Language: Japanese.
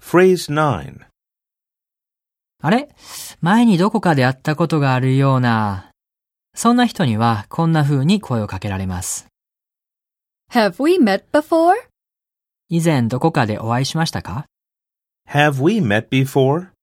Phrase 9. あれ前にどこかで会ったことがあるような。そんな人にはこんな風に声をかけられます。 Have we met before? 以前どこかでお会いしましたか Have we met before?